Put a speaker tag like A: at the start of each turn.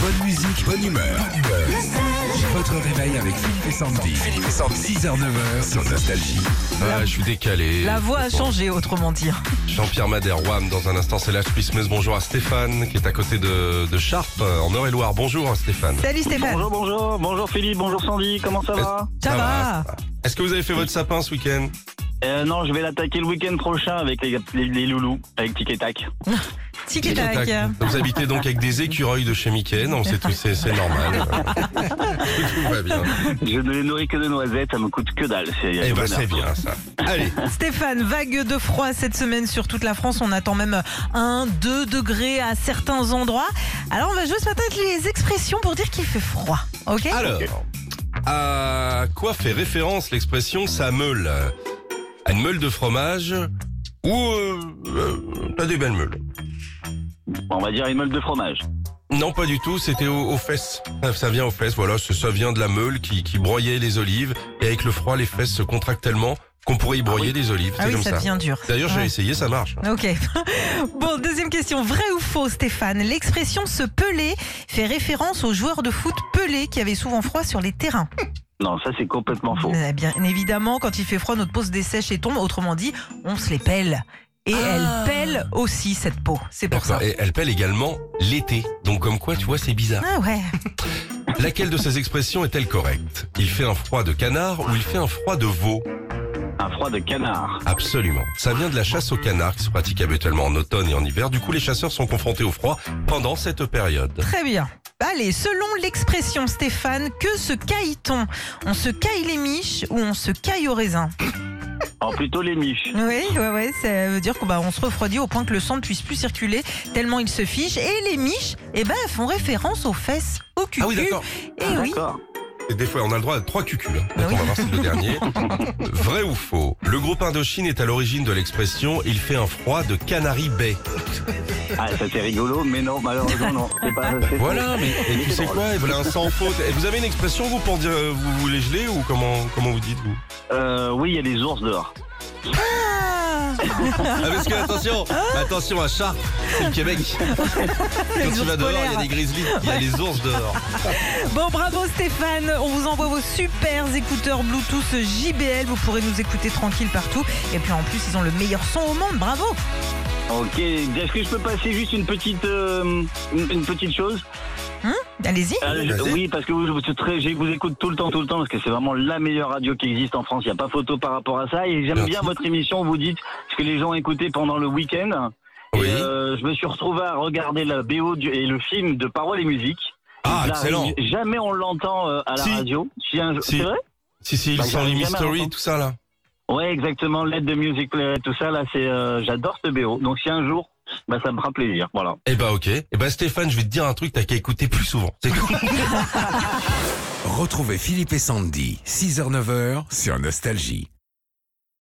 A: Bonne musique, bonne humeur. Votre réveil avec Philippe et Sandy. Philippe et Sandy. 6h-9h sur Nostalgie.
B: Ah, je suis décalé.
C: La voix a changé, autrement dit.
B: Jean-Pierre Madère, Wam, dans un instant, c'est l'âge Christmas. Bonjour à Stéphane, qui est à côté de, de Chartres, en Eure-et-Loire. Bonjour hein, Stéphane.
C: Salut Stéphane.
D: Bonjour, bonjour, bonjour Philippe, bonjour Sandy, comment ça va
C: Ça va
B: Est-ce que vous avez fait votre sapin ce week-end
D: euh, Non, je vais l'attaquer le week-end prochain avec les, les- les loulous, avec Tic et Tac.
C: Tic et tac.
B: Vous habitez donc avec des écureuils de chez Mickey. Non, c'est tout, c'est c'est normal. tout va bien.
D: Je ne les nourris que de noisettes, ça me coûte que dalle. c'est-
B: Eh ben,
D: bonheur.
B: c'est bien ça. Allez,
C: Stéphane, vague de froid cette semaine sur toute la France. On attend même 1, 2 degrés à certains endroits. Alors on va jouer ce matin avec les expressions pour dire qu'il fait froid. Ok
B: alors, à quoi fait référence l'expression ça meule À une meule de fromage ou euh, euh, t'as des belles meules
D: On va dire une meule de fromage.
B: Non, pas du tout, c'était au- aux, fesses. Ça, ça vient aux fesses, voilà, ça, ça vient de la meule qui, qui broyait les olives. Et avec le froid, les fesses se contractent tellement qu'on pourrait y broyer des olives.
C: Ah
B: C'est
C: oui,
B: comme
C: ça
B: ça.
C: devient dur.
B: D'ailleurs, j'ai
C: Ouais.
B: essayé, ça marche.
C: Ok. Bon, deuxième question. Vrai ou faux, Stéphane L'expression se peler fait référence aux joueurs de foot pelés qui avaient souvent froid sur les terrains.
D: Non, ça c'est complètement faux.
C: Eh Bien évidemment, quand il fait froid, notre peau se dessèche et tombe. Autrement dit, on se les pèle. Et
B: Ah.
C: elle pèle aussi cette peau. C'est pour ça.
B: D'accord. Et elle pèle également l'été. Donc, comme quoi, tu vois, c'est bizarre.
C: Ah ouais.
B: Laquelle de ces expressions est-elle correcte Il fait un froid de canard ou il fait un froid de veau
D: Un froid de canard.
B: Absolument. Ça vient de la chasse au canard qui se pratique habituellement en automne et en hiver. Du coup, les chasseurs sont confrontés au froid pendant cette période.
C: Très bien. Allez, selon l'expression Stéphane, que se caille-t-on On se caille les miches ou on se caille au raisin
D: En Oh, plutôt les miches.
C: Oui, ouais, ouais, ça veut dire qu'on bah, on se refroidit au point que le sang ne puisse plus circuler tellement il se fiche. Et les miches, eh ben, elles font référence aux fesses, au cul.
B: Ah oui, d'accord.
C: Et
D: Ah,
C: oui.
D: D'accord.
B: Et des fois, on a le droit à trois cuculs. hein.
C: Ah
B: Donc,
C: oui.
B: On va voir si c'est le dernier. Vrai ou faux Le groupe Indochine est à l'origine de l'expression « il fait un froid de Canary Bay
D: Ah, ça c'est rigolo, mais non, malheureusement non. C'est pas. ». c'est-
B: Voilà, mais et tu sais quoi Et Voilà un sans faute. Et vous avez une expression, vous, pour dire euh, vous voulez geler ou comment, comment vous dites, vous
D: Euh, oui, il y a des ours dehors.
C: Ah
B: Ah, parce que, attention, attention à Chartres, c'est le Québec. Quand
C: Les
B: tu vas dehors, il y
C: ours polaires.
B: a des grizzlies, il y a les ours dehors.
C: Bon, bravo Stéphane. On vous envoie vos super écouteurs Bluetooth JBL. Vous pourrez nous écouter tranquille partout. Et puis en plus, ils ont le meilleur son au monde. Bravo.
D: Ok, est-ce que je peux passer juste une petite, euh, une, une petite chose
C: Allez-y.
B: Ah,
D: Euh, je-
B: Vas-y.
D: Oui, parce que vous, vous- très- je vous écoute tout le temps, tout le temps, parce que c'est vraiment la meilleure radio qui existe en France. Il n'y a pas photo par rapport à ça. Et j'aime
B: Merci.
D: bien votre émission. Vous dites ce que les gens écoutaient pendant le week-end. Et,
B: Oui.
D: euh, je me suis retrouvé à regarder la BO du- et le film de Parole et Musique.
B: Ah,
D: Là,
B: excellent.
D: Jamais on l'entend euh, à la
B: Si.
D: radio. Si un-
B: Si.
D: C'est vrai
B: Si, si,
D: Bah,
B: sans
D: j'arrive
B: les
D: jamais à
B: mystery,
D: l'entendre.
B: tout ça, là.
D: Ouais, exactement. L'aide de Music Player, tout ça. Là, c'est euh, j'adore ce BO. Donc si un jour, bah, ça me fera plaisir. Voilà.
B: Eh bah, ok. Eh bah, Stéphane, je vais te dire un truc, t'as qu'à écouter plus souvent. C'est tout.
A: Retrouvez Philippe et Sandy, 6h-9h sur Nostalgie.